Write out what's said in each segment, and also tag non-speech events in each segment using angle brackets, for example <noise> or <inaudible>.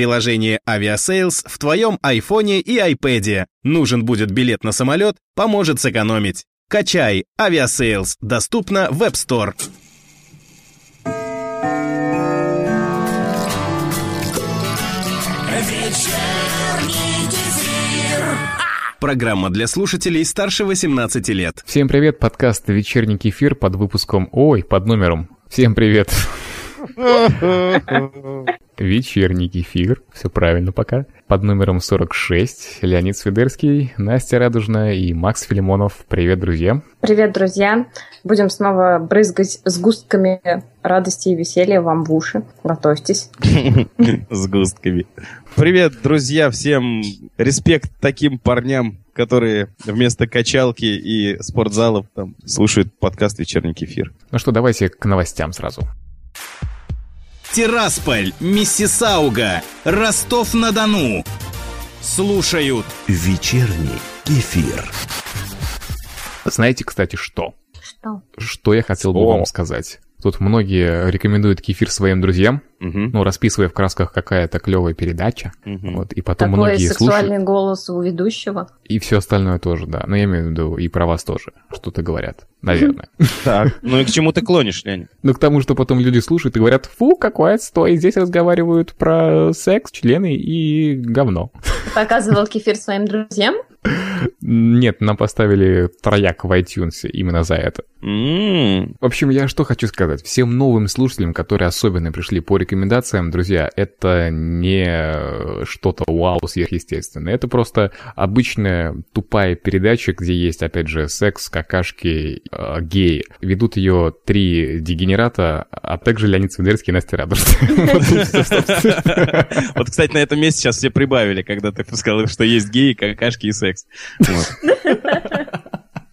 Приложение Aviasales в твоем айфоне и айпэде. Нужен будет билет на самолет, поможет сэкономить. Качай. Aviasales доступно в App Store. Вечерний дефир. Программа для слушателей старше 18 лет. Всем привет, подкаст «Вечерний кефир» под выпуском «Ой», под номером. Всем привет. Вечерний кефир, все правильно пока. Под номером 46 Леонид Свидерский, Настя Радужная и Макс Филимонов. Привет, друзья. Привет, друзья! Будем снова брызгать сгустками радости и веселья вам в уши. Готовьтесь. с густками. Привет, друзья, всем респект таким парням, которые вместо качалки и спортзалов там слушают подкаст «Вечерний кефир». Ну что, давайте к новостям сразу. Тирасполь, Миссисауга, Ростов-на-Дону. Слушают Вечерний кефир. Знаете, кстати, что? Что? Что я хотел бы Что? вам сказать. Тут многие рекомендуют кефир своим друзьям, Мгм. ну, расписывая в красках какая-то клевая передача. Мгм. Вот, и потом Такой многие слушают. сексуальный голос у ведущего. И все остальное тоже, да. Но я имею в виду и про вас тоже что-то говорят, наверное. Так, <laughs> ну и к чему ты клонишь, Леонид? Но к тому, что потом люди слушают и говорят, фу, какой отстой, здесь разговаривают про секс, члены и говно. Показывал кефир своим друзьям. Нет, нам поставили трояк в iTunes именно за это. М, <laughs> В общем, я что хочу сказать. Всем новым слушателям, которые особенно пришли по рекомендациям, друзья, это не что-то вау сверхъестественное. Это просто обычная тупая передача, где есть, опять же, секс, какашки, э, геи. Ведут ее три дегенерата, а также Леонид Свидерский и Настя Радужная. <laughs> Вот и всё, собственно. Вот, кстати, на этом месте сейчас все прибавили, когда ты сказал, что есть геи, какашки и секс. <laughs> Вот.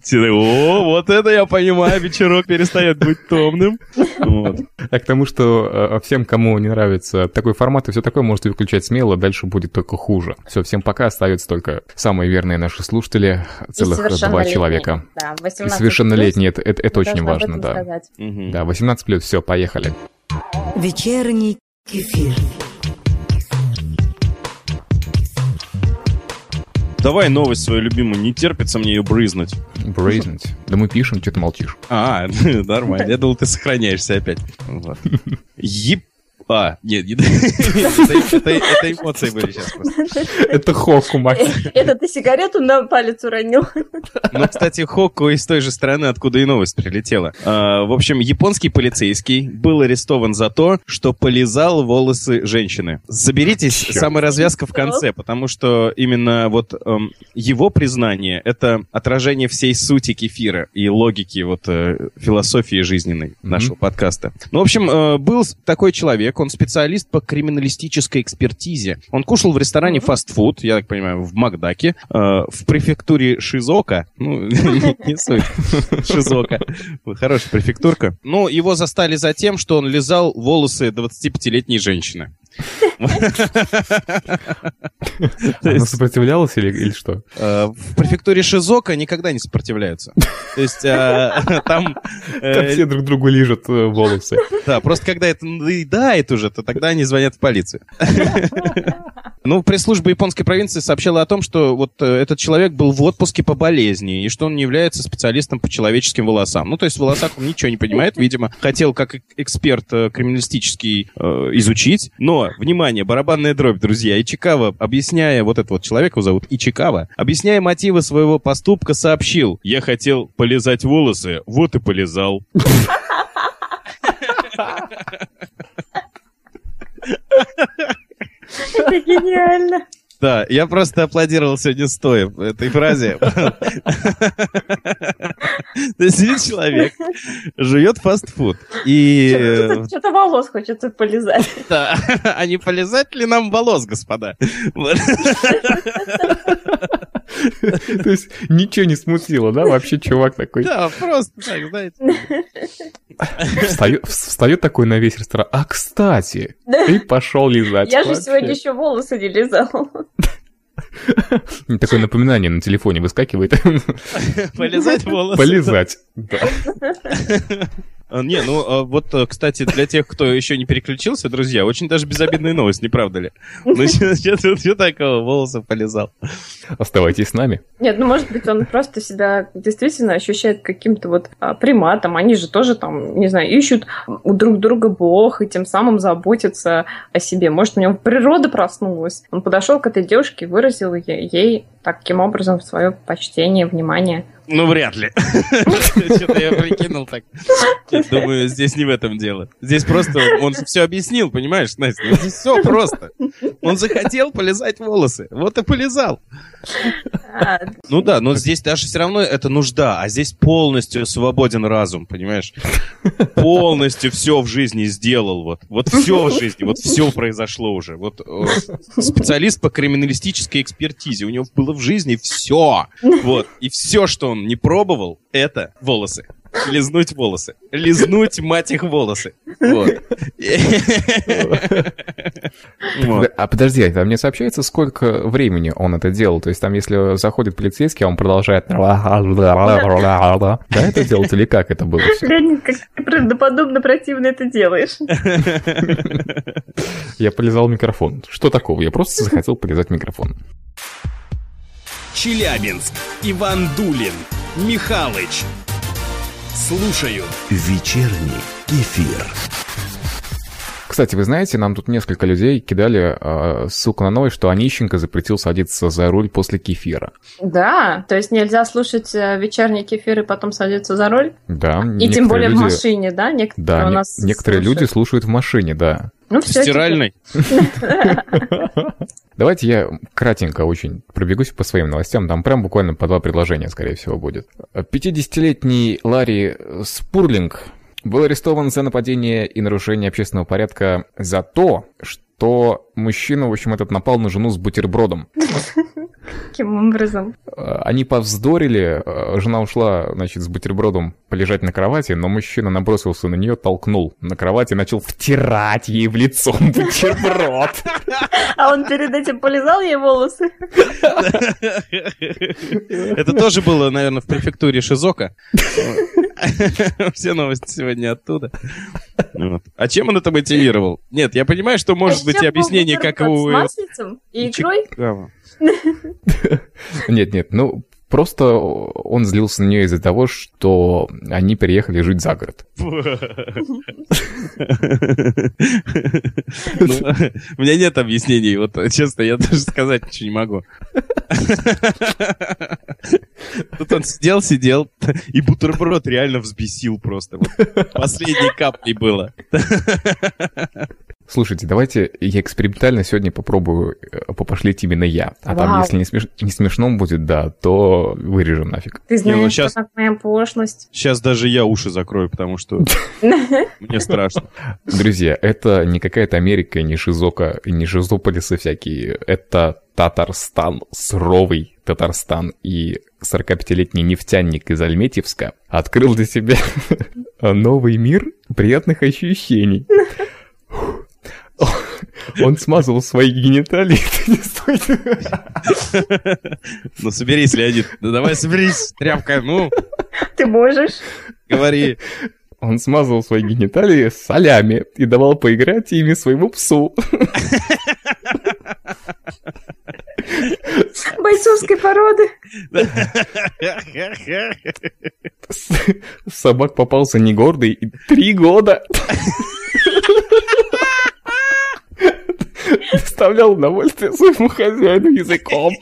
Все такие, О, вот это я понимаю, вечерок перестает быть томным. Вот. Я А к тому, что э, всем, кому не нравится такой формат и все такое, можете выключать смело, дальше будет только хуже. Все, всем пока, остаются только самые верные наши слушатели, целых И два совершеннолетний. человека. Да, И 18 совершеннолетние, это, это- это плюс. очень Должна об важно, этом да. сказать. <laughs> Мгм. Да, 18 плюс, все, поехали. Вечерний кефир. Давай новость свою любимую, не терпится мне ее брызнуть. Брезнуть. Да мы пишем, что ты молчишь. А, <laughs> нормально. Я думал, ты сохраняешься опять. <laughs> Вот. Еп... А, нет, не- <laughs> это, это- это эмоции были сейчас просто. Это Хоку, Макс. Э, Это ты сигарету на палец уронил? <laughs> Ну, кстати, Хокко из той же страны, откуда и новость прилетела. А, в общем, японский полицейский был арестован за то, что полизал волосы женщины. Заберитесь, Чёрт. самая развязка в конце, потому что именно вот эм, его признание — это отражение всей сути кефира и логики вот э, философии жизненной Мгм. нашего подкаста. Ну, в общем, э, был с- такой человек, он специалист по криминалистической экспертизе. Он кушал в ресторане фастфуд, я так понимаю, в Макдаке, э, в префектуре Шизока. Ну, <laughs> не суть. Шизока. Хорошая префектурка. Ну, его застали за тем, что он лизал волосы 25-летней женщины. То Она есть- сопротивлялась или, или что? Э, В префектуре Шизока никогда не сопротивляются. То есть э, <laughs> там... э, Там все друг другу лижут э, волосы. <laughs> Да, просто когда это надоедает уже, то тогда они звонят в полицию. Ну, пресс-служба японской провинции сообщила о том, что вот э, этот человек был в отпуске по болезни, и что он не является специалистом по человеческим волосам. Ну, то есть в волосах он ничего не понимает, видимо. Хотел как э- эксперт э, криминалистический э, изучить. Но, внимание, барабанная дробь, друзья. Ичикава, объясняя, вот этого вот человека его зовут Ичикава, объясняя мотивы своего поступка, сообщил. Я хотел полизать волосы, вот и полизал. Это гениально. Да, я просто аплодировал сегодня стоя в этой фразе. То есть сидит человек, жует фастфуд, и... э, Что-то волос хочется полезать. да, А не полезать ли нам волос, господа? Вот. То есть ничего не смутило, да? Вообще чувак такой Да, просто так, знаете. встает, встает такой на весь ресторан. А, кстати, и пошел лизать. Я же а Вообще. сегодня еще волосы не лизала. Такое напоминание на телефоне <laughs> выскакивает. Полезать волосы. Полизать. Да. А, А, Не, ну а, вот, а, кстати, для тех, кто еще не переключился, друзья, очень даже безобидная новость, не правда ли? Ну, <laughs> что такого, волосы полезал. Оставайтесь с нами. Нет, ну может быть он просто себя действительно ощущает каким-то вот а, приматом. Они же тоже там, не знаю, ищут у друг друга бог и тем самым заботятся о себе. Может, у него природа проснулась. Он подошел к этой девушке и выразил е- ей таким образом свое почтение, внимание. Ну, вряд ли. <laughs> Что-то я прикинул так. Я думаю, здесь не в этом дело. Здесь просто он все объяснил, понимаешь, Настя? Ну, Здесь все просто. Он захотел полезать волосы. Вот и полезал. А, Ну да, но здесь даже все равно это нужда, а здесь полностью свободен разум, понимаешь? Полностью все в жизни сделал, вот. Вот все в жизни, вот все произошло уже. Вот э, специалист по криминалистической экспертизе, у него было в жизни все. Вот. И все, что он не пробовал, это волосы. Лизнуть волосы. Лизнуть, мать их, волосы. Вот. <laughs> Вот. А подожди, там не сообщается, сколько времени он это делал? То есть там, если заходит полицейский, а он продолжает... <laughs> Да, это делать или как это было всё? Леонид, как ты правдоподобно противно это делаешь. Я полизал микрофон. Что такого? Я просто захотел полизать микрофон. Челябинск. Иван Дулин. Михалыч. Слушаю. Вечерний кефир. Кстати, вы знаете, нам тут несколько людей кидали э, ссылку на новость, что Онищенко запретил садиться за руль после кефира. Да, то есть нельзя слушать э, вечерний кефир и потом садиться за роль. Да. И некоторые тем более в люди- машине, да? Некоторые Да, у не- нас некоторые слушают. люди слушают в машине, да. Ну, все, Стиральный. Давайте я кратенько очень пробегусь по своим новостям. Там прям буквально по два предложения, скорее всего, будет. 50-летний Ларри Спурлинг был арестован за нападение и нарушение общественного порядка за то, что мужчина, в общем, этот напал на жену с бутербродом. Каким образом? Э, Они повздорили, э, жена ушла, значит, с бутербродом полежать на кровати, но мужчина набросился на нее, толкнул на кровать и начал втирать ей в лицо <laughs> бутерброд. А он перед этим полизал ей волосы? Это тоже было, наверное, в префектуре Шизока. Все новости сегодня оттуда. Вот. А чем он это мотивировал? Нет, я понимаю, что может А быть и чем объяснение, был бутерброд? как у... С маслицем и икрой? Чикаго. Нет, нет, ну просто он злился на нее из-за того, что они переехали жить за город. <laughs> Ну, У меня нет объяснений, вот честно, я даже сказать ничего не могу. Тут он сидел, сидел, и бутерброд реально взбесил просто. вот. Последней каплей было. Слушайте, давайте я экспериментально сегодня попробую э, попошлить именно я. А там, Вау. если не, смеш- не смешно будет, да, то вырежем нафиг. Ты Не, ну, знаешь, щас- что такое пошлость. Сейчас даже я уши закрою, потому что <laughs> мне страшно. Друзья, это не какая-то Америка, не Шизока, и не Шизополисы всякие. Это Татарстан, суровый Татарстан. И 45-летний нефтяник из Альметьевска открыл для себя <laughs> новый мир приятных ощущений. Он смазал свои гениталии. <laughs> Это не стоит. Ну, соберись, Леонид. Ну, давай соберись, тряпка. Ну, Ты можешь? <laughs> говори. Он смазал свои гениталии солями и давал поиграть ими своему псу. Бойцовской породы. С- Собак попался не гордый и три года. Доставлял удовольствие своему хозяину языком.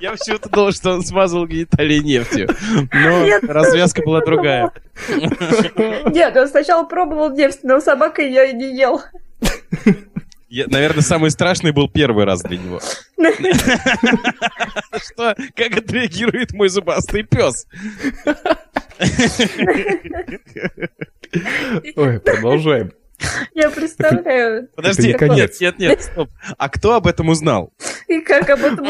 Я вообще-то думал, что он смазал гениталии нефтью. Но Я развязка тоже была так другая. Нет, он сначала пробовал нефть, но собака ее не ел. Я- наверное, самый страшный был первый раз для <laughs> него. Что, как отреагирует мой зубастый пес? Ой, продолжаем. Я представляю. Подожди, Это не конец. нет, нет, нет, стоп. А кто об этом узнал? <laughs> И как а об этом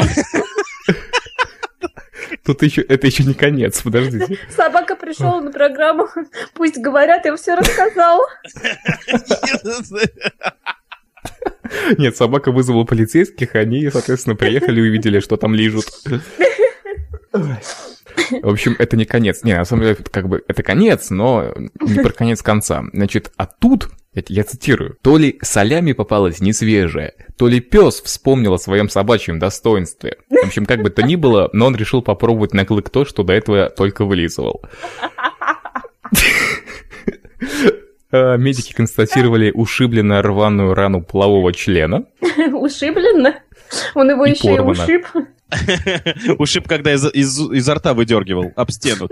Тут еще, это еще не конец, подождите. собака пришел на программу. Пусть говорят, я все рассказал. <laughs> Нет, собака вызвала полицейских, они, соответственно, приехали и увидели, что там лижут. В общем, это не конец. Не, на самом деле, это как бы это конец, но не про конец конца. Значит, а тут, я, я цитирую, то ли солями попалась не свежая, то ли пес вспомнил о своем собачьем достоинстве. В общем, как бы то ни было, но он решил попробовать на клык то, что до этого только вылизывал. Э, Медики констатировали ушибленно рваную рану полового члена. Ушиблен? Он его И еще и порвано. ушиб. Ушиб, когда из- из- изо рта выдергивал об стену.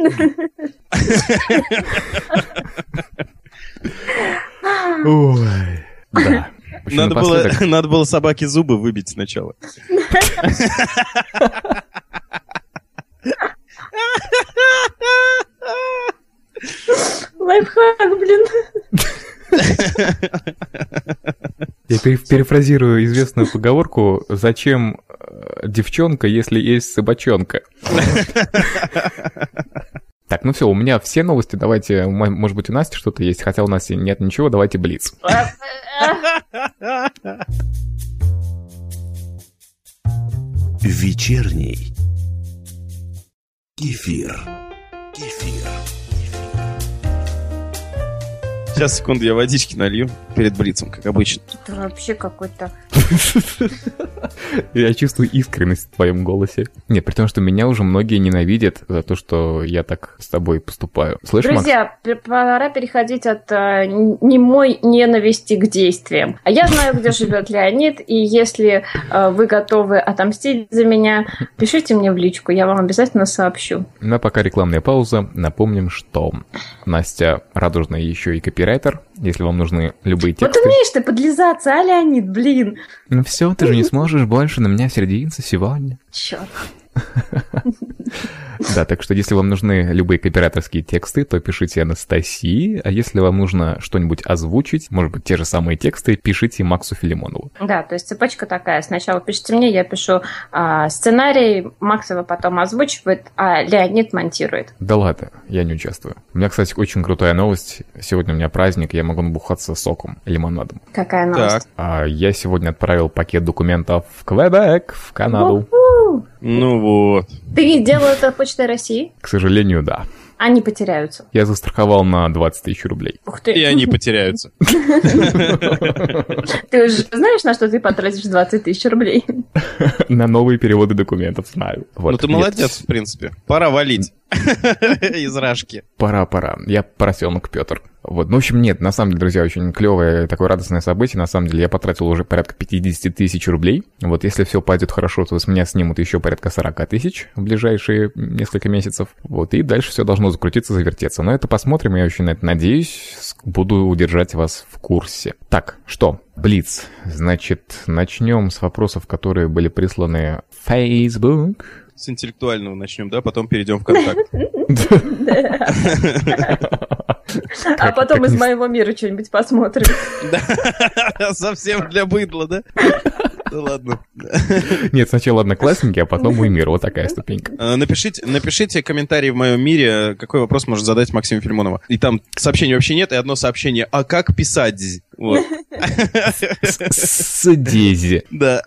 Да. В общем, Надо было, напоследок- <laughs> надо было собаке зубы выбить сначала. Лайфхак, блин. Я пере- перефразирую известную поговорку «Зачем э, девчонка, если есть собачонка?» Так, ну все, у меня все новости, давайте, м- может быть, у Насти что-то есть, хотя у нас нет ничего, давайте Блиц. Вечерний кефир. Кефир. Сейчас, секунду, я водички налью перед блицем, как обычно. Это вообще какой-то... Я чувствую искренность в твоем голосе. Нет, при том, что меня уже многие ненавидят за то, что я так с тобой поступаю. Слышь, Макс? Друзья, пе- пора переходить от э, н- немой ненависти к действиям. А я знаю, где живет Леонид, и если э, вы готовы отомстить за меня, пишите мне в личку, я вам обязательно сообщу. Но пока рекламная пауза, напомним, что Настя радужная еще и копирайтер. Если вам нужны любые Вот тексты... умеешь ты подлизаться, а, Леонид, блин? Ну все, ты же не сможешь больше на меня сердиться сегодня. Черт. Да, так что если вам нужны любые копираторские тексты, то пишите Анастасии, а если вам нужно что-нибудь озвучить, может быть, те же самые тексты, пишите Максу Филимонову. Да, то есть цепочка такая. Сначала пишите мне, я пишу а, сценарий, Максова потом озвучивает, а Леонид монтирует. Да ладно, я не участвую. У меня, кстати, очень крутая новость. Сегодня у меня праздник, я могу набухаться соком, лимонадом. Какая новость. А я сегодня отправил пакет документов в Квебек, в Канаду. У-ху! Ну вот. Ты делал это почтой России? К сожалению, да. Они потеряются. Я застраховал на 20 тысяч рублей. <laughs> Ух <laughs> ты. И они потеряются. Ты уже знаешь, на что ты потратишь 20 тысяч рублей? На новые переводы документов знаю. Вот. ну ты Нет. молодец, в принципе. Пора валить <laughs> из рашки. Пора, пора. Я поросенок Петр. Вот. Ну, в общем, нет, на самом деле, друзья, очень клевое такое радостное событие. На самом деле, я потратил уже порядка 50 тысяч рублей. Вот, если все пойдет хорошо, то с меня снимут еще порядка 40 тысяч в ближайшие несколько месяцев. Вот, и дальше все должно закрутиться, завертеться. Но это посмотрим, я очень на это надеюсь. С- Буду удержать вас в курсе. Так, что? Блиц. Значит, начнем с вопросов, которые были присланы в Facebook. С интеллектуального начнем, да? Потом перейдем в контакт. <laughs> А потом как из не- моего мира что-нибудь посмотрим. Совсем для быдла, да? Да ладно. Нет, сначала одноклассники, а потом мой мир. Вот такая ступенька. Э, Напишите, напишите комментарий в моем мире, э, какой вопрос может задать Максим Фильмонова. И там сообщений вообще нет, и одно сообщение. А как писать? здесь?» Вот. С Дизи. Да.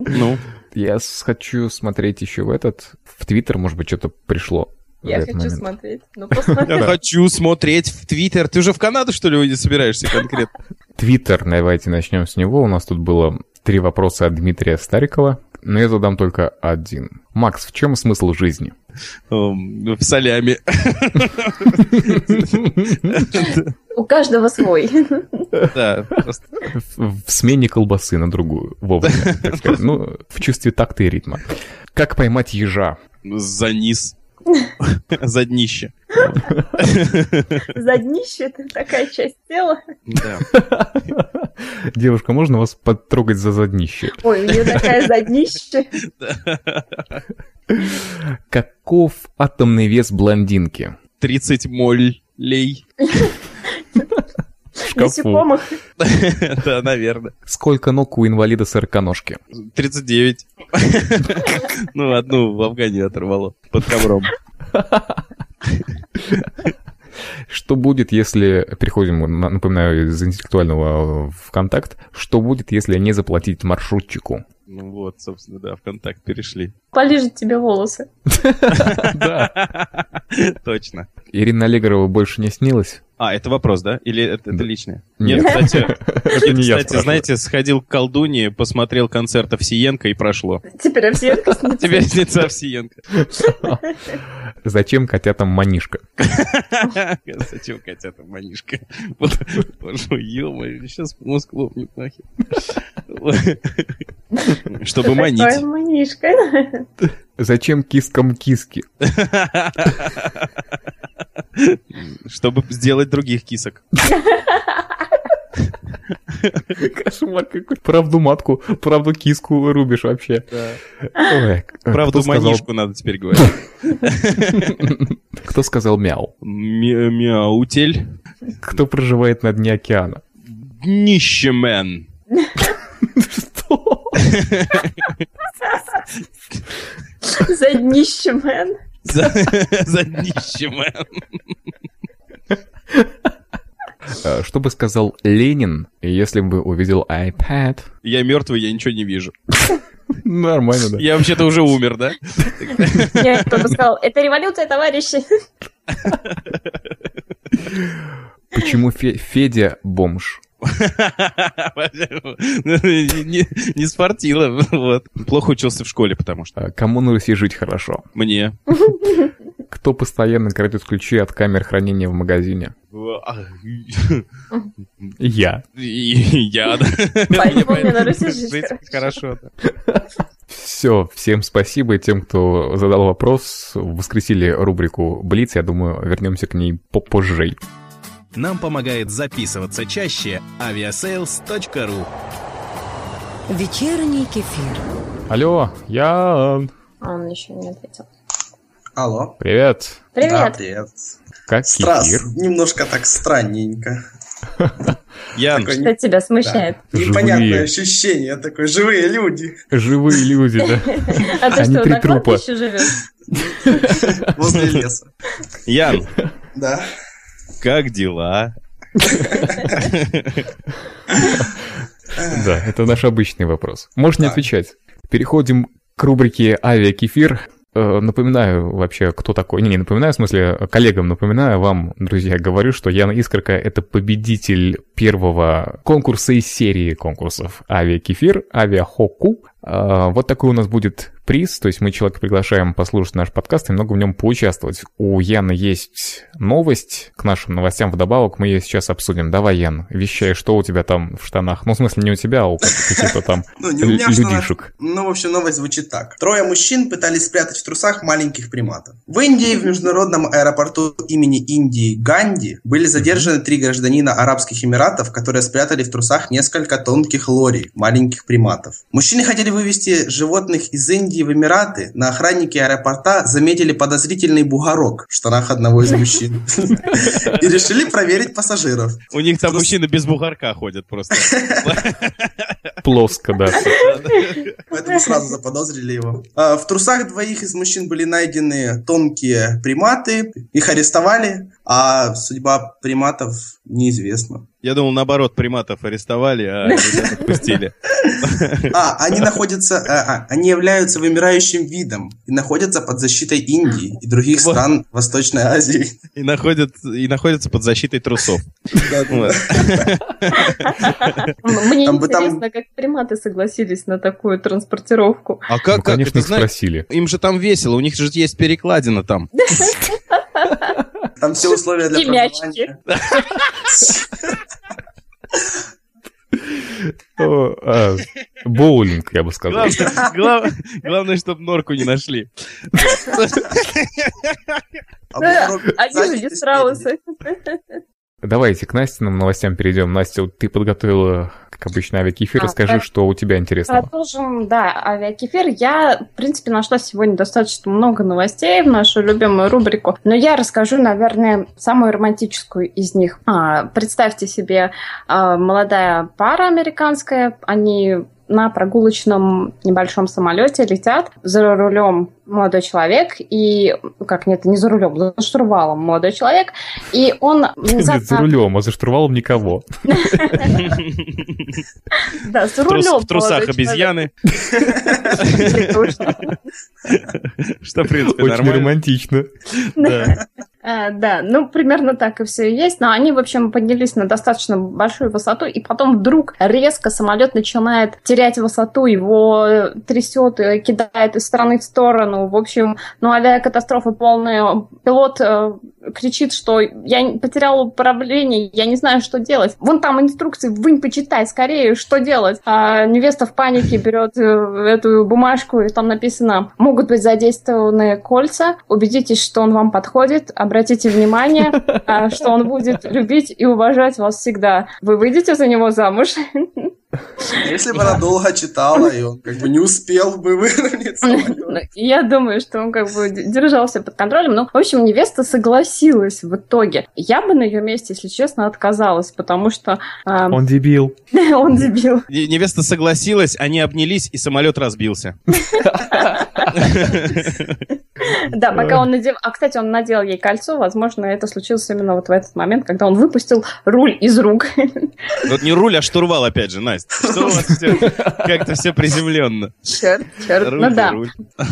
Ну, Я с- хочу смотреть еще в этот. В Твиттер, может быть, что-то пришло. в Я этот хочу момент. смотреть. Ну, посмотри. я хочу смотреть в Твиттер. Ты уже в Канаду, что ли, уйди- собираешься конкретно? Твиттер, давайте начнем с него. У нас тут было три вопроса от Дмитрия Старикова, но я задам только один. Макс, в чем смысл жизни? Эм, В солями. У каждого свой. Да, просто. В в смене колбасы на другую, вовремя, так сказать. Ну, в чувстве такта и ритма. Как поймать ежа? За низ. За днище. За днище это такая часть тела. Да. Девушка, можно вас потрогать за заднище? Ой, у нее такая заднище. Каков атомный вес блондинки? 30 моллей. В шкафу. Насекомых. Да, наверное. Сколько ног у инвалида сороконожки? 39. Ну, одну в Афгане оторвало под ковром. Что будет, если... Переходим, на- напоминаю, из интеллектуального в контакт. Что будет, если не заплатить маршрутчику? Ну вот, собственно, да, в контакт перешли. Полижет тебе волосы. <laughs> Да. Точно. Ирина Аллегрова больше не снилась? А, это вопрос, да? Или это, это личное? Нет. кстати, Это нет, не я кстати спрашиваю. знаете, сходил к колдуне, посмотрел концерт Овсиенко и прошло. Теперь овсиенко снится. Теперь снится Овсиенко. <laughs> <laughs> Зачем котятам манишка? Зачем котята манишка? Вот, Боже, ё-моё, сейчас мозг лопнет нахер. <laughs> Чтобы Такая манить. манишка. Зачем кискам киски? <laughs> Чтобы сделать других кисок. Кошмар какой. Правду матку, правду киску рубишь вообще. Ой, э, кто Правду сказал- манишку надо теперь говорить. Кто сказал мяу? Мя- Мяутель. Кто проживает на дне океана? Днищемен. Что? За днище, мэн. За <laughs> за днищемен. Э, Что бы сказал Ленин, если бы увидел iPad? Я мертвый, я ничего не вижу. Нормально, да. Я вообще-то уже умер, да? Я кто бы сказал, это революция, товарищи. <laughs> Почему Фе- Федя бомж? Не не- не спортила, вот. Плохо учился в школе, потому что. Э, Кому на Руси жить хорошо? Мне. Кто постоянно крадет ключи от камер хранения в магазине? А, Я. И Я, да. Поэтому мне ну, на Руси жить Жить хорошо, да. Все, всем спасибо тем, кто задал вопрос. Воскресили рубрику Блиц. Я думаю, вернемся к ней попозже. Нам помогает записываться чаще aviasales.ru Вечерний кефир. Алло, Ян. А он еще не ответил. Алло. Привет. Да, Привет. привет. Как Страс. кефир? Немножко так странненько. Ян, Такое Что тебя смущает? непонятное Живые. ощущение такое. Живые люди. Живые люди, да? А ты Они что, три на трупа. кладбище живешь? Возле леса. Ян, Да. как дела? Да, это наш обычный вопрос. Можешь не Да. отвечать. Переходим к рубрике «Авиакефир». Э, Напоминаю вообще, кто такой. Не, не напоминаю, в смысле, э, коллегам напоминаю вам, друзья, говорю, что Яна Искорка — это победитель первого конкурса из серии конкурсов «Авиакефир», «Авиахоку». Э, Вот такой у нас будет приз, то есть мы человека приглашаем послушать наш подкаст и много в нем поучаствовать. У Яны есть новость к нашим новостям вдобавок, мы ее сейчас обсудим. Давай, Ян, вещай, что у тебя там в штанах. Ну, в смысле, не у тебя, а у каких-то там Ну, <laughs> не у меня в штанах. людишек. Ну, в общем, новость звучит так. Трое мужчин пытались спрятать в трусах маленьких приматов. В Индии, в международном аэропорту имени Индии Ганди, были задержаны три гражданина Арабских Эмиратов, которые спрятали в трусах несколько тонких лори, маленьких приматов. Мужчины хотели вывести животных из Индии в Эмираты. На охраннике аэропорта заметили подозрительный бугорок в штанах одного из мужчин. И решили проверить пассажиров. У них там мужчины без бухарка ходят просто. Плоско, да. Поэтому сразу заподозрили его. А, В трусах двоих из мужчин были найдены тонкие приматы, их арестовали, а судьба приматов неизвестна. Я думал, наоборот, приматов арестовали, а ребят отпустили. А, они находятся, а, а, они являются вымирающим видом и находятся под защитой Индии и других Вот. стран Восточной Азии. И находят- и находятся под защитой трусов. Да, Вот. М- Мне Там бы там- интересно, как приматы согласились на такую транспортировку. А Ну, как, как конечно, это, их знаешь, спросили. им же там весело, у них же есть перекладина там. Там все условия для И мячики. проживания. О, а, Боулинг, я бы сказал. Главное, глав- главное, чтобы норку не нашли. А бугорок Они сзади люди и страусы. Давайте к Настиным новостям перейдем. Настя, вот ты подготовила, как обычно, авиакефир. А, Расскажи, да. что у тебя интересного. Продолжим, да, авиакефир. Я, в принципе, нашла сегодня достаточно много новостей в нашу любимую рубрику, но я расскажу, наверное, самую романтическую из них. А, представьте себе а, молодая пара американская, они на прогулочном небольшом самолете летят, за рулем молодой человек, и ну, как нет, не за рулем, за штурвалом молодой человек, и он Нет, за внезапно- рулем, а за штурвалом никого. да, В за трус- рулем в трусах молодой обезьяны. человек. Точно. Что, в принципе, Очень нормально. романтично. Да. Э, Да, ну примерно так и все и есть, но они, в общем, поднялись на достаточно большую высоту, и потом вдруг резко самолет начинает терять высоту, его трясет, э, кидает из стороны в сторону, в общем, ну авиакатастрофа полная, пилот э, кричит, что я не- потерял управление, я не знаю, что делать. Вон там инструкции, вынь, почитай скорее, что делать. А невеста в панике берет э, эту бумажку, и там написано, могут быть задействованы кольца, убедитесь, что он вам подходит, обратите внимание, а, что он будет любить и уважать вас всегда. Вы выйдете за него замуж? <laughs> Если бы она долго читала, и он как бы не успел бы выровнять самолет. Я думаю, что он как бы д- держался под контролем. Ну, в общем, невеста согласилась в итоге. Я бы на ее месте, если честно, отказалась, потому что а, Он дебил. <laughs> он дебил. И Невеста согласилась, они обнялись, и самолет разбился. Да, пока он надел... А, кстати, он надел ей кольцо. Возможно, это случилось именно вот в этот момент, когда он выпустил руль из рук. <laughs> Вот не руль, а штурвал, опять же, Настя. Что у вас все как-то все приземленно? Черт, черт. Руль, Ну да. руль.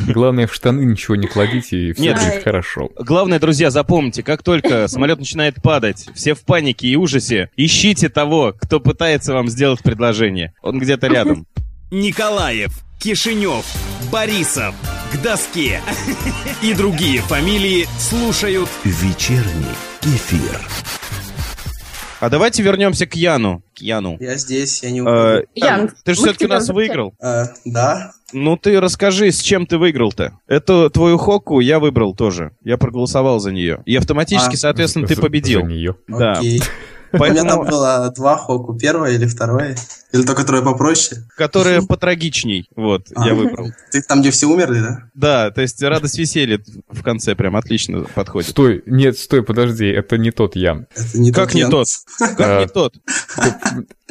Главное, в штаны ничего не кладите, и все Нет. будет хорошо. Главное, друзья, запомните, как только самолет начинает падать, все в панике и ужасе, ищите того, кто пытается вам сделать предложение. Он где-то рядом. Николаев, Кишинев, Борисов, к доске <laughs> и другие фамилии слушают Вечерний кефир. А давайте вернемся к Яну. К Яну. Я здесь, я не Э, уходил. Ян, ты же мы все-таки тебя нас записали. выиграл. Э, Да. Ну ты расскажи, с чем ты выиграл-то? Это твою Хоку я выбрал тоже. Я проголосовал за нее. И автоматически, А. соответственно, ты За- победил. за неё. Да. Окей. <laughs> У меня там Поэтому, было два хоку, первое или второе, или то, которое попроще. которая потрагичней, вот, я А. выбрал. Ты там, где все умерли, да? Да, то есть радость веселья в конце прям отлично подходит. Стой, нет, стой, подожди, это не тот Ян. Это не Как не Ян. тот? Как не А. тот?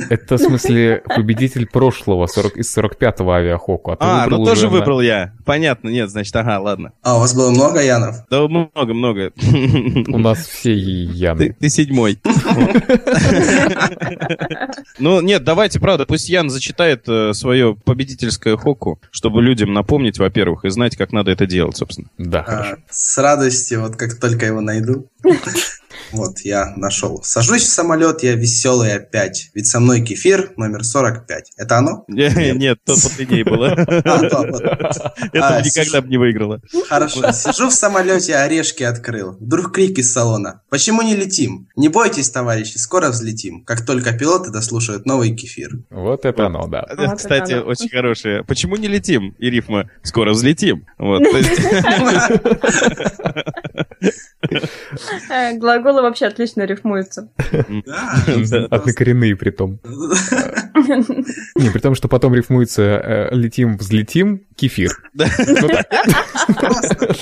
Это, в смысле, победитель прошлого 40, из 45-го авиахоку. А, ты А, ну выбрал уже тоже на- выбрал я. Понятно, нет, значит, ага, ладно. А, у вас было много Янов? Да много-много. У нас все Яны. Ты, ты седьмой. Ну, нет, давайте, правда, пусть Ян зачитает э, свое победительское хоку, чтобы людям напомнить, во-первых, и знать, как надо это делать, собственно. Да, А, хорошо. С радостью, вот как только его найду. <laughs> Вот, я нашел. Сажусь в самолет, я веселый опять. Ведь со мной кефир номер 45. <laughs> Это оно? Э, Нет, то подлиннее <laughs> было. А, да, вот. Это А, никогда бы не <laughs> выиграла. Хорошо. Сижу в самолете, орешки открыл. Вдруг крик из салона. Почему не летим? Не бойтесь, товарищи, скоро взлетим. Как только пилоты дослушают новый кефир. Вот это оно, да. вот это Кстати, да. очень хорошее. Почему не летим? И рифма «Скоро взлетим». Вот, то <laughs> есть- Э, Глаголы вообще отлично рифмуются. <laughs> Да. <laughs> Да. Однокоренные при <laughs> том. Не, при том, что потом рифмуется э, «летим, взлетим, кефир». Ну так, Просто.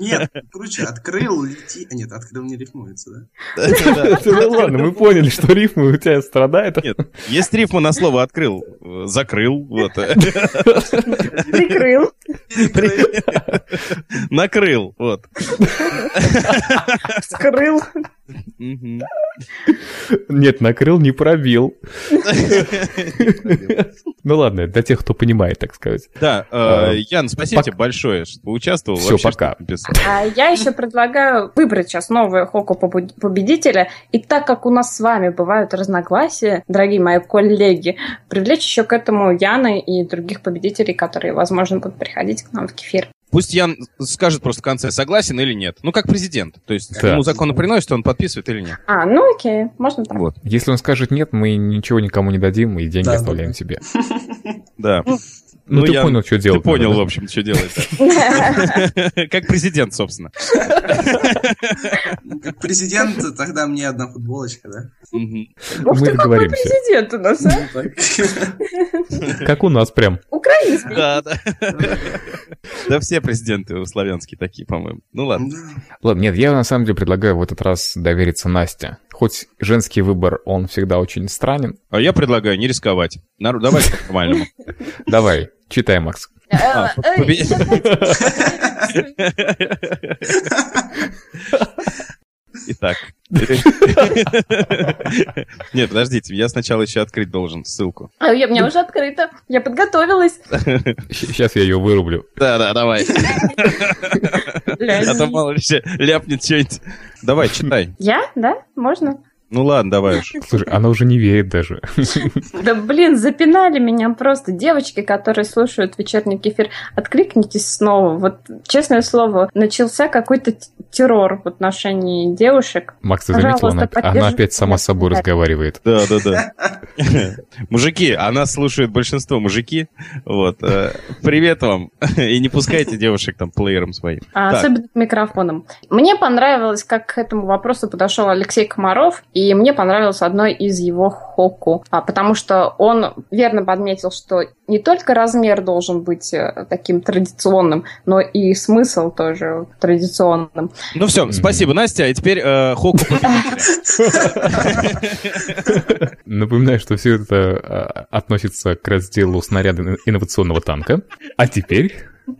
Нет, круче, открыл, лети. А, Нет, открыл не рифмуется, да? <laughs> Да. <laughs> ну Ладно, мы поняли, что рифмы у тебя страдают. Нет, есть рифма на слово «открыл», э, «закрыл», <laughs> вот, <laughs> э, Прикрыл. <laughs> «накрыл», вот. Скрыл. Мгм. Нет, накрыл, не <laughs> пробил. Ну ладно, для тех, кто понимает, так сказать. Да, А, э, Ян, спасибо тебе большое, что поучаствовал. Всё, вообще, пока. что написал. А я еще предлагаю выбрать сейчас новую хоку побу- победителя. И так как у нас с вами бывают разногласия, дорогие мои коллеги, привлечь еще к этому Яна и других победителей, которые, возможно, будут приходить к нам в кефир. Пусть Ян скажет просто в конце, согласен или нет. Ну, как президент. То есть Да. ему законы приносят, он подписывает или нет. А, ну окей, можно так. Вот, Если он скажет «нет», мы ничего никому не дадим и деньги Да, оставляем да. себе. да. Ну Ну, ты я- понял, что Ты делать. понял, в надо, общем, что делать. Как президент, собственно. Как президент, тогда мне одна <laughs> футболочка, да? Мгм. да? Ух Мы ты, какой договоримся. президент у нас, а? Как у нас прям. Украинский. Да, да. Да все президенты у славянские такие, по-моему. Ну ладно. Ладно, нет, я на самом деле предлагаю в этот раз довериться Насте. Хоть женский выбор, он всегда очень странен. А я предлагаю не рисковать. Нару- Давай по-нормальному. Давай, читай, Макс. А, Э, э, побе- я опять- Итак. Нет, подождите, я сначала еще открыть должен ссылку. А, я- У меня уже открыто. Я подготовилась. Сейчас я ее вырублю. Да-да, давай. Блядь. А то мало ли еще ляпнет что-нибудь. Давай, читай. Я? Да? Можно? Ну ладно, давай уж. Слушай, она уже не верит даже. Да блин, запинали меня просто. Девочки, которые слушают вечерний кефир, откликнитесь снова. Вот, честное слово, начался какой-то т- террор в отношении девушек. Макс, ты заметила, Пожалуйста, она, она поддержите опять сама с собой меня. разговаривает. Да, да, да. Мужики, а нас слушают большинство мужики. Вот. э, Привет вам. И не пускайте девушек там плеером своим. А, Так. особенно к микрофонам. Мне понравилось, как к этому вопросу подошел Алексей Комаров, и мне понравилось одно из его хоку, А, потому что он верно подметил, что не только размер должен быть э, таким традиционным, но и смысл тоже традиционным. Ну все, спасибо, Настя. И теперь э, Хоку. Напоминаю, что все это э, относится к разделу снаряда инновационного танка. А теперь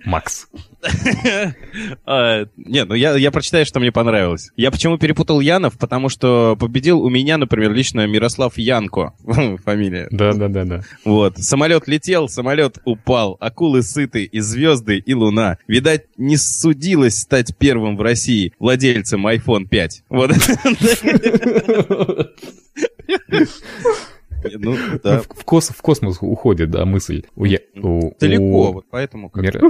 Макс. <laughs> А, Не, ну я я прочитаю, что мне понравилось. Я почему перепутал Янов? Потому что победил у меня, например, лично Мирослав Янко. <laughs> Фамилия. Да-да-да-да. Вот. Самолет летел, самолет упал, акулы сыты, и звезды, и луна. Видать, не судилось стать первым в России владельцем iPhone 5. Вот. <laughs> Ну, Ну, да. В, в кос- в космос уходит, да, мысль. У я- у- Далеко, у вот поэтому... как- Мир-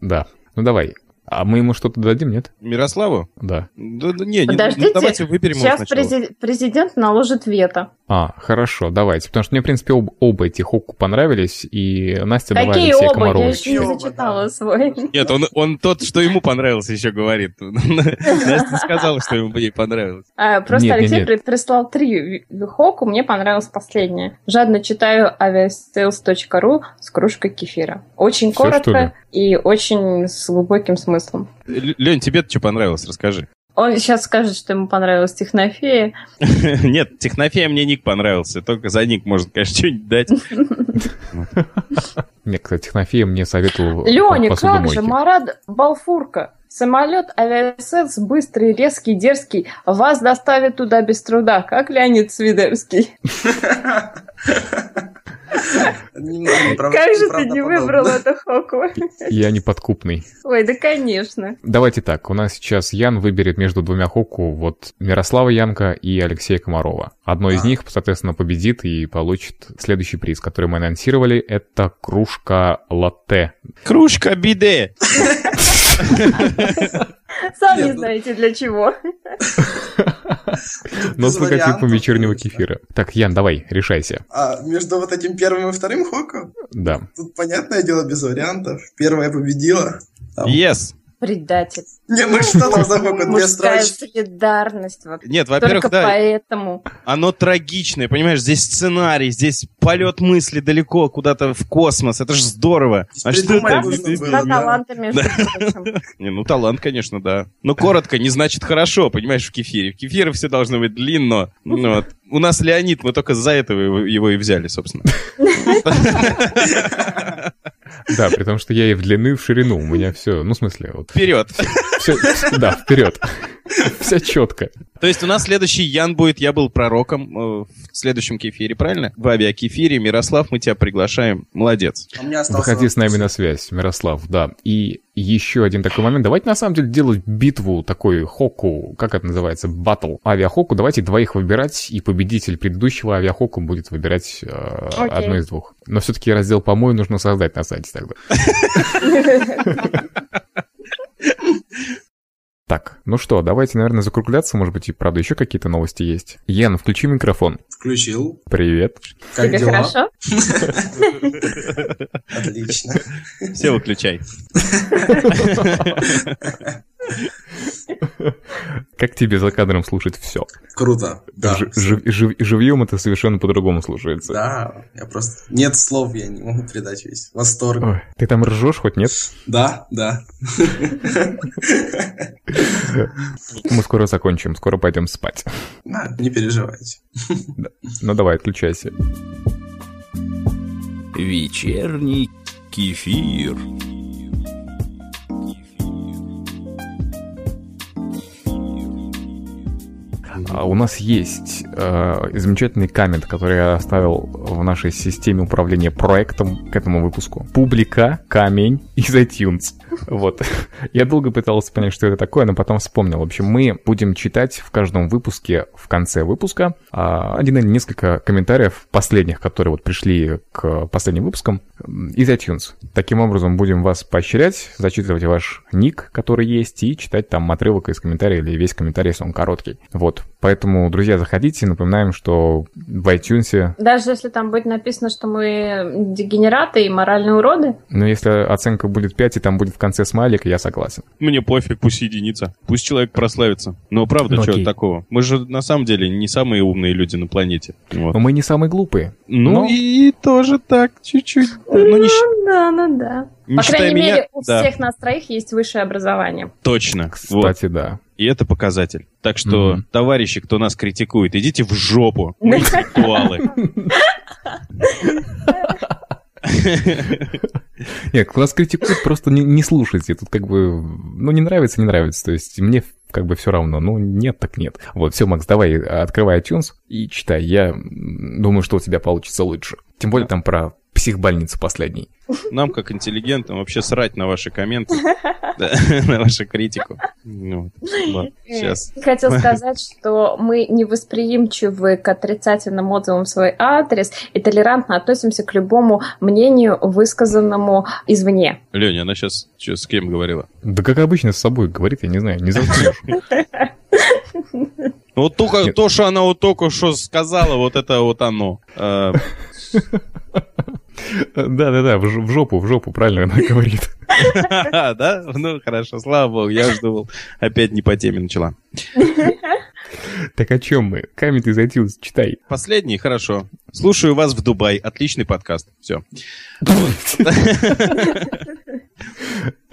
Да. Ну давай. А мы ему что-то дадим, нет? Мирославу? Да. Да, да, не, не, Подождите, ну, давайте выберем его Сейчас сначала. прези- президент наложит вето. А, хорошо, давайте. Потому что мне, в принципе, об- оба эти хоку понравились. И Настя давай Какие Алексея оба? Я Комарова. еще не Оба, зачитала да. свой. Нет, он, он тот, что ему понравился, еще говорит. <laughs> Настя сказала, что ему ей понравилось. А, просто Нет, нет, Алексей нет. при- прислал три ви- хоку, мне понравилось последнее. Жадно читаю aviasales.ru с кружкой кефира. Очень Всё, что ли? коротко и очень с глубоким смыслом. Лень, тебе что понравилось, расскажи. <laughs> Он сейчас скажет, что ему понравилась технофея. Нет, технофея мне ник понравился. Только за ник можно, конечно, что-нибудь дать. Мне, кстати, Технофея мне советовал Лёня, по- как посудомойке. же, Марат Балфурка. Самолет авиасенс быстрый, резкий, дерзкий. Вас доставят туда без труда, как Леонид Свидерский. Немного неправ- Как же ты не неправдоподобно. выбрал эту хоку? Я неподкупный. Ой, да <laughs> конечно. Давайте так, у нас сейчас Ян выберет между двумя хоку вот Мирослава Янка и Алексея Комарова. Одно из А. них, соответственно, победит и получит следующий приз, который мы анонсировали. Это кружка латте. Кружка биде. Сами Нет, ну- знаете для чего. Тут Но без с логотипом вариантов, Ну, типа вечернего конечно. кефира. Так, Ян, давай, решайся. А между вот этим первым и вторым хоком? Да. Тут понятное дело без вариантов. Первая победила. Там. Yes. Предатель. Не, ну что там за хоко? Две Мужская строчки. солидарность. Вот. Нет, Только во-первых, <laughs> да, поэтому. оно трагичное, понимаешь, здесь сценарий, здесь полет мысли далеко куда-то в космос, это же здорово. А что Придумать это? нужно было, За да. талантами, между прочим. Не, ну талант, конечно, да. Но коротко не значит хорошо, понимаешь, в кефире. В кефире все должно быть длинно. Ну, вот. У нас Леонид, мы только за этого его, его и взяли, собственно. Да, при том, что я и в длину, и в ширину. У меня все, ну, в смысле, вот. Вперед. Все, да, <laughs> вперед. Все четко. То есть у нас следующий Ян будет «Я был пророком» э, в следующем кефире, правильно? В авиакефире. Мирослав, мы тебя приглашаем. Молодец. А у меня остался Выходи с нами на связь, Мирослав, да. И еще один такой момент. Давайте на самом деле делать битву, такой хоку, как это называется, баттл, авиахоку. Давайте двоих выбирать, и победитель предыдущего авиахоку будет выбирать э, Окей. одно из двух. Но все-таки раздел «Помой» нужно создать на сайте тогда. Так, ну что, давайте, наверное, закругляться, может быть, и правда еще какие-то новости есть. Ян, включи микрофон. Включил. Привет. Как Тебе дела? хорошо? Отлично. Все, выключай. Как тебе за кадром слушать все? Круто. Да. живьем это совершенно по-другому слушается. Да, я просто... Нет слов, я не могу передать весь восторг. Ой, ты там ржешь хоть, нет? Да, да. Мы скоро закончим, скоро пойдем спать. Да, А, Не переживайте. Ну давай, отключайся. Вечерний Кефир. А У нас есть э, замечательный коммент, который я оставил в нашей системе управления проектом к этому выпуску. Публика, камень из iTunes. <laughs> Вот. Я долго пытался понять, что это такое, но потом вспомнил. В общем, мы будем читать в каждом выпуске, в конце выпуска, а, один или несколько комментариев последних, которые вот пришли к последним выпускам м, из iTunes. Таким образом, будем вас поощрять, зачитывать ваш ник, который есть, и читать там отрывок из комментария или весь комментарий, если он короткий. Вот. Поэтому, друзья, заходите. Напоминаем, что в iTunes, Даже если там будет написано, что мы дегенераты и моральные уроды, ну, если оценка будет 5, и там будет в конце смайлик, я согласен. Мне пофиг, пусть единица. Пусть человек прославится. Но правда, Ну, чего окей. такого? Мы же на самом деле не самые умные люди на планете. Вот. Но мы не самые глупые. Ну но- и тоже так, чуть-чуть. Ну, не, щ- Ну да, ну да. не По считая крайней меня, мере, у да, всех нас троих есть высшее образование. точно. Вот. Кстати, да. И это показатель. Так что, Мгм. товарищи, кто нас критикует, идите в жопу. Мы интеллектуалы. Нет, кто нас критикует, просто не, не слушайте. Тут как бы, ну, не нравится, не нравится. То есть мне как бы все равно. Ну, нет, так нет. Вот, все, Макс, давай, открывай iTunes и читай. Я м, думаю, что у тебя получится лучше. Тем более там про психбольницу последний. Нам, как интеллигентам, вообще срать на ваши комменты, да, <laughs> на вашу критику. Ну, вот, Сейчас. Э, Хотел сказать, что мы невосприимчивы к отрицательным отзывам в свой адрес и толерантно относимся к любому мнению, высказанному извне. Леня, она сейчас с кем говорила? Да как обычно с собой говорит, я не знаю, не заснешь. Ну, Вот только, Нет. то, что она вот только что сказала, вот это вот оно. Э, <laughs> <laughs> Да-да-да, в ж- в жопу, в жопу, правильно она говорит. Да? Ну, хорошо, слава богу, я уж думал, опять не по теме начала. <laughs> Так о чем мы? Камень ты iTunes, читай. Последний, хорошо. Слушаю вас в Дубай. Отличный подкаст. Все.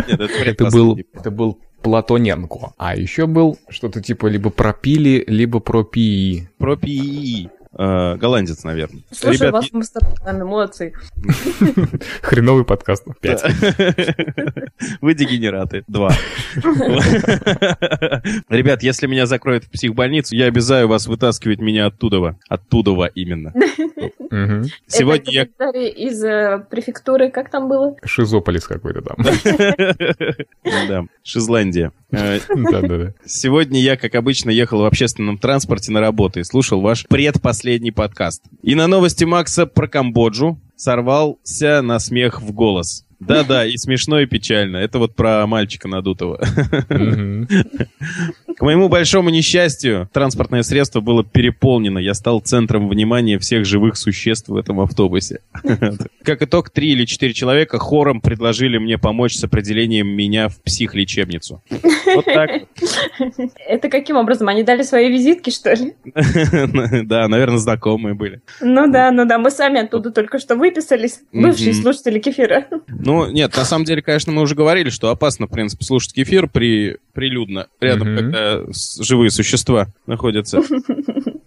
Нет, это Это был, предпоследний. это был Платоненко. А еще был что-то типа либо пропили, либо пропии. Про ПИИ. Э, Голландец, наверное. Слушаю Ребят, вас в Амстердаме, молодцы. Хреновый подкаст. Пять. Вы дегенераты. Два. Ребят, если меня закроют в психбольницу, я обязаю вас вытаскивать меня оттуда. Оттуда именно. Мгм. Сегодня я Это комментарий из э, префектуры, как там было? Шизополис какой-то там. <laughs> Да, Шизландия. Э, <laughs> Да-да-да. Сегодня я, как обычно, ехал в общественном транспорте на работу и слушал ваш предпоследний подкаст. И на новости Макса про Камбоджу сорвался на смех в голос. Да-да, и смешно, и печально. Это вот про мальчика надутого. Мгм. К моему большому несчастью, транспортное средство было переполнено. Я стал центром внимания всех живых существ в этом автобусе. Как итог, три или четыре человека хором предложили мне помочь с определением меня в психлечебницу. Вот так вот. Это каким образом? Они дали свои визитки, что ли? Да, наверное, знакомые были. Ну да, ну да, мы сами оттуда только что выписались, бывшие Мгм. слушатели кефира. Ну, нет, на самом деле, конечно, мы уже говорили, что опасно, в принципе, слушать кефир при, прилюдно, рядом, Мгм. когда с- живые существа находятся.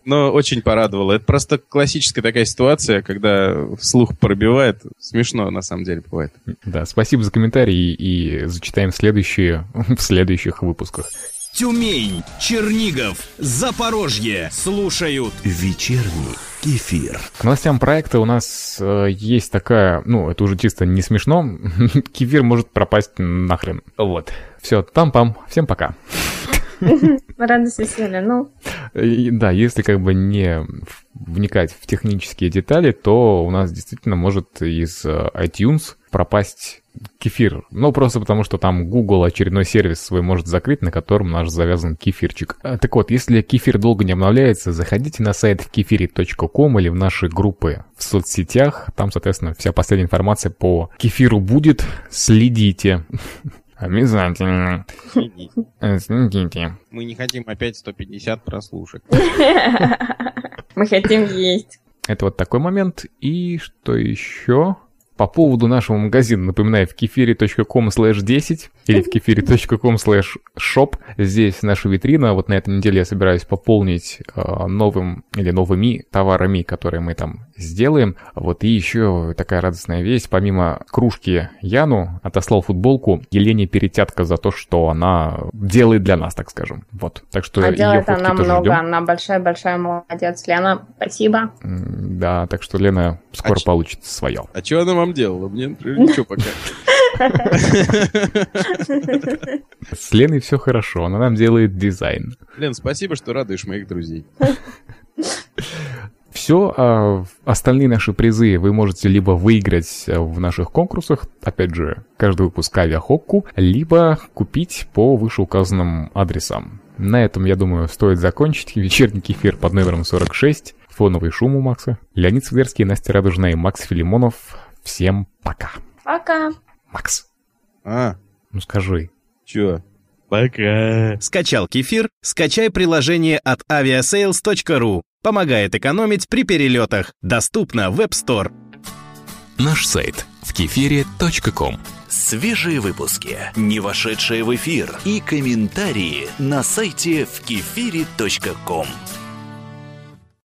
Но очень порадовало. Это просто классическая такая ситуация, когда слух пробивает. Смешно, на самом деле, бывает. Да, спасибо за комментарии и зачитаем следующие в следующих выпусках. Тюмень, Чернигов, Запорожье слушают. Вечерний кефир. К новостям проекта у нас э, есть такая, ну, это уже чисто не смешно, <laughs> кефир может пропасть нахрен. Вот. Все, там-пам, всем пока. Радость и сели, ну. И да, если как бы не в- вникать в технические детали, то у нас действительно может из э, iTunes пропасть кефир. Ну, просто потому, что там Google очередной сервис свой может закрыть, на котором наш завязан кефирчик. А, Так вот, если кефир долго не обновляется, заходите на сайт кефири.ком или в наши группы в соцсетях. Там, соответственно, вся последняя информация по кефиру будет. Следите. Обязательно. Э, Следите. Мы не хотим опять 150 прослушек. Мы хотим есть. Это вот такой момент. И что еще? По поводу нашего магазина, напоминаю, в кефире.com slash 10 или в кефире.com slash shop. Здесь наша витрина. Вот на этой неделе я собираюсь пополнить э, новым или новыми товарами, которые мы там сделаем. Вот и еще такая радостная весть. Помимо кружки Яну отослал футболку Елене Перетятко за то, что она делает для нас, так скажем. Вот. Так Э, что А ее делает фотки она тоже много, ждем. она большая-большая молодец. Лена, спасибо. М, Да, так что Лена скоро ч- получит свое. А что она вам делала? Мне, например, ничего пока. С Леной все хорошо, она нам делает дизайн. Лен, спасибо, что радуешь моих друзей. Все, а, остальные наши призы вы можете либо выиграть э, в наших конкурсах, опять же, каждый выпуск авиахокку, либо купить по вышеуказанным адресам. На этом, я думаю, стоит закончить вечерний кефир под номером 46, фоновый шум у Макса, Леонид Свидерский, Настя Радужная и Макс Филимонов. Всем пока. Пока. Макс, А, ну скажи, чё? Пока. Скачал кефир? Скачай приложение от aviasales.ru. Помогает экономить при перелетах. Доступно в App Store. Наш сайт в кефире.ком. Свежие выпуски, не вошедшие в эфир и комментарии на сайте в кефире.ком.